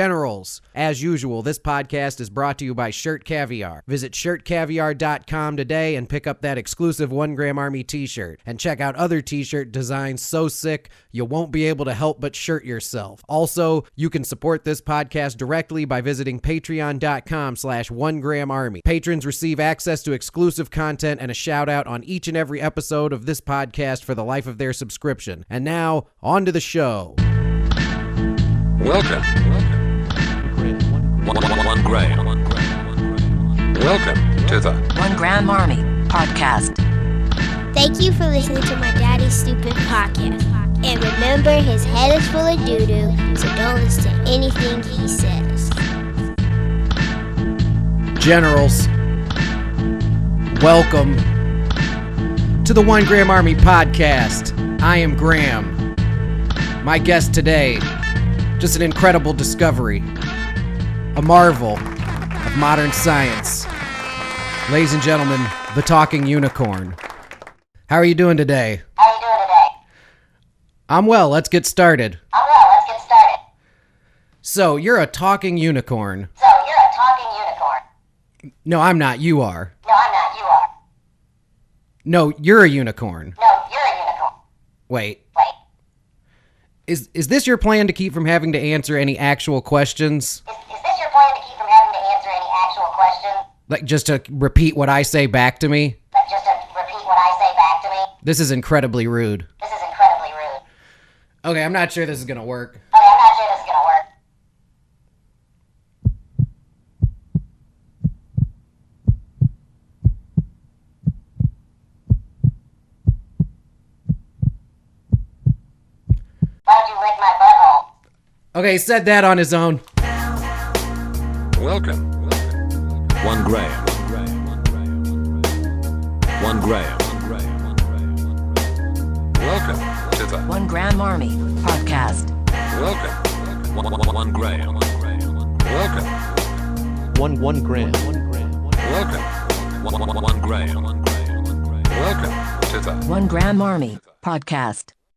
Generals, as usual, this podcast is brought to you by Shirt Caviar. Visit shirtcaviar.com today and pick up that exclusive One Gram Army t shirt. And check out other t shirt designs so sick you won't be able to help but shirt yourself. Also, you can support this podcast directly by visiting patreon.com slash one gram army. Patrons receive access to exclusive content and a shout out on each and every episode of this podcast for the life of their subscription. And now, on to the show. Welcome. One, one, one grade. Welcome to the One Gram Army Podcast. Thank you for listening to my daddy's stupid podcast. And remember, his head is full of doo doo, so don't listen to anything he says. Generals, welcome to the One Graham Army podcast. I am Graham. My guest today, just an incredible discovery, a marvel of modern science. Ladies and gentlemen, the talking unicorn. How are you doing today? How you doing today? I'm well. Let's get started. I'm Oh, well, let's get started. So, you're a talking unicorn. So, you're a talking unicorn. No, I'm not. You are. No, I'm not, you are. No, you're a unicorn. No, you're a unicorn. Wait. Wait, Is is this your plan to keep from having to answer any actual questions? is, is this your plan to keep from having to answer any actual questions? Like just to repeat what I say back to me? But just to repeat what I say back to me? This is incredibly rude. This is incredibly rude. Okay, I'm not sure this is going to work. Okay, I'm not sure this is gonna work. Why don't you lick my butthole? Okay, he said that on his own. welcome. One grade. One grade. Welcome to the One Gram Army Podcast. welcome. One, one, one grade. Welcome. One one gram. Welcome. One, one, one grade. Welcome to the One Gram Army Podcast.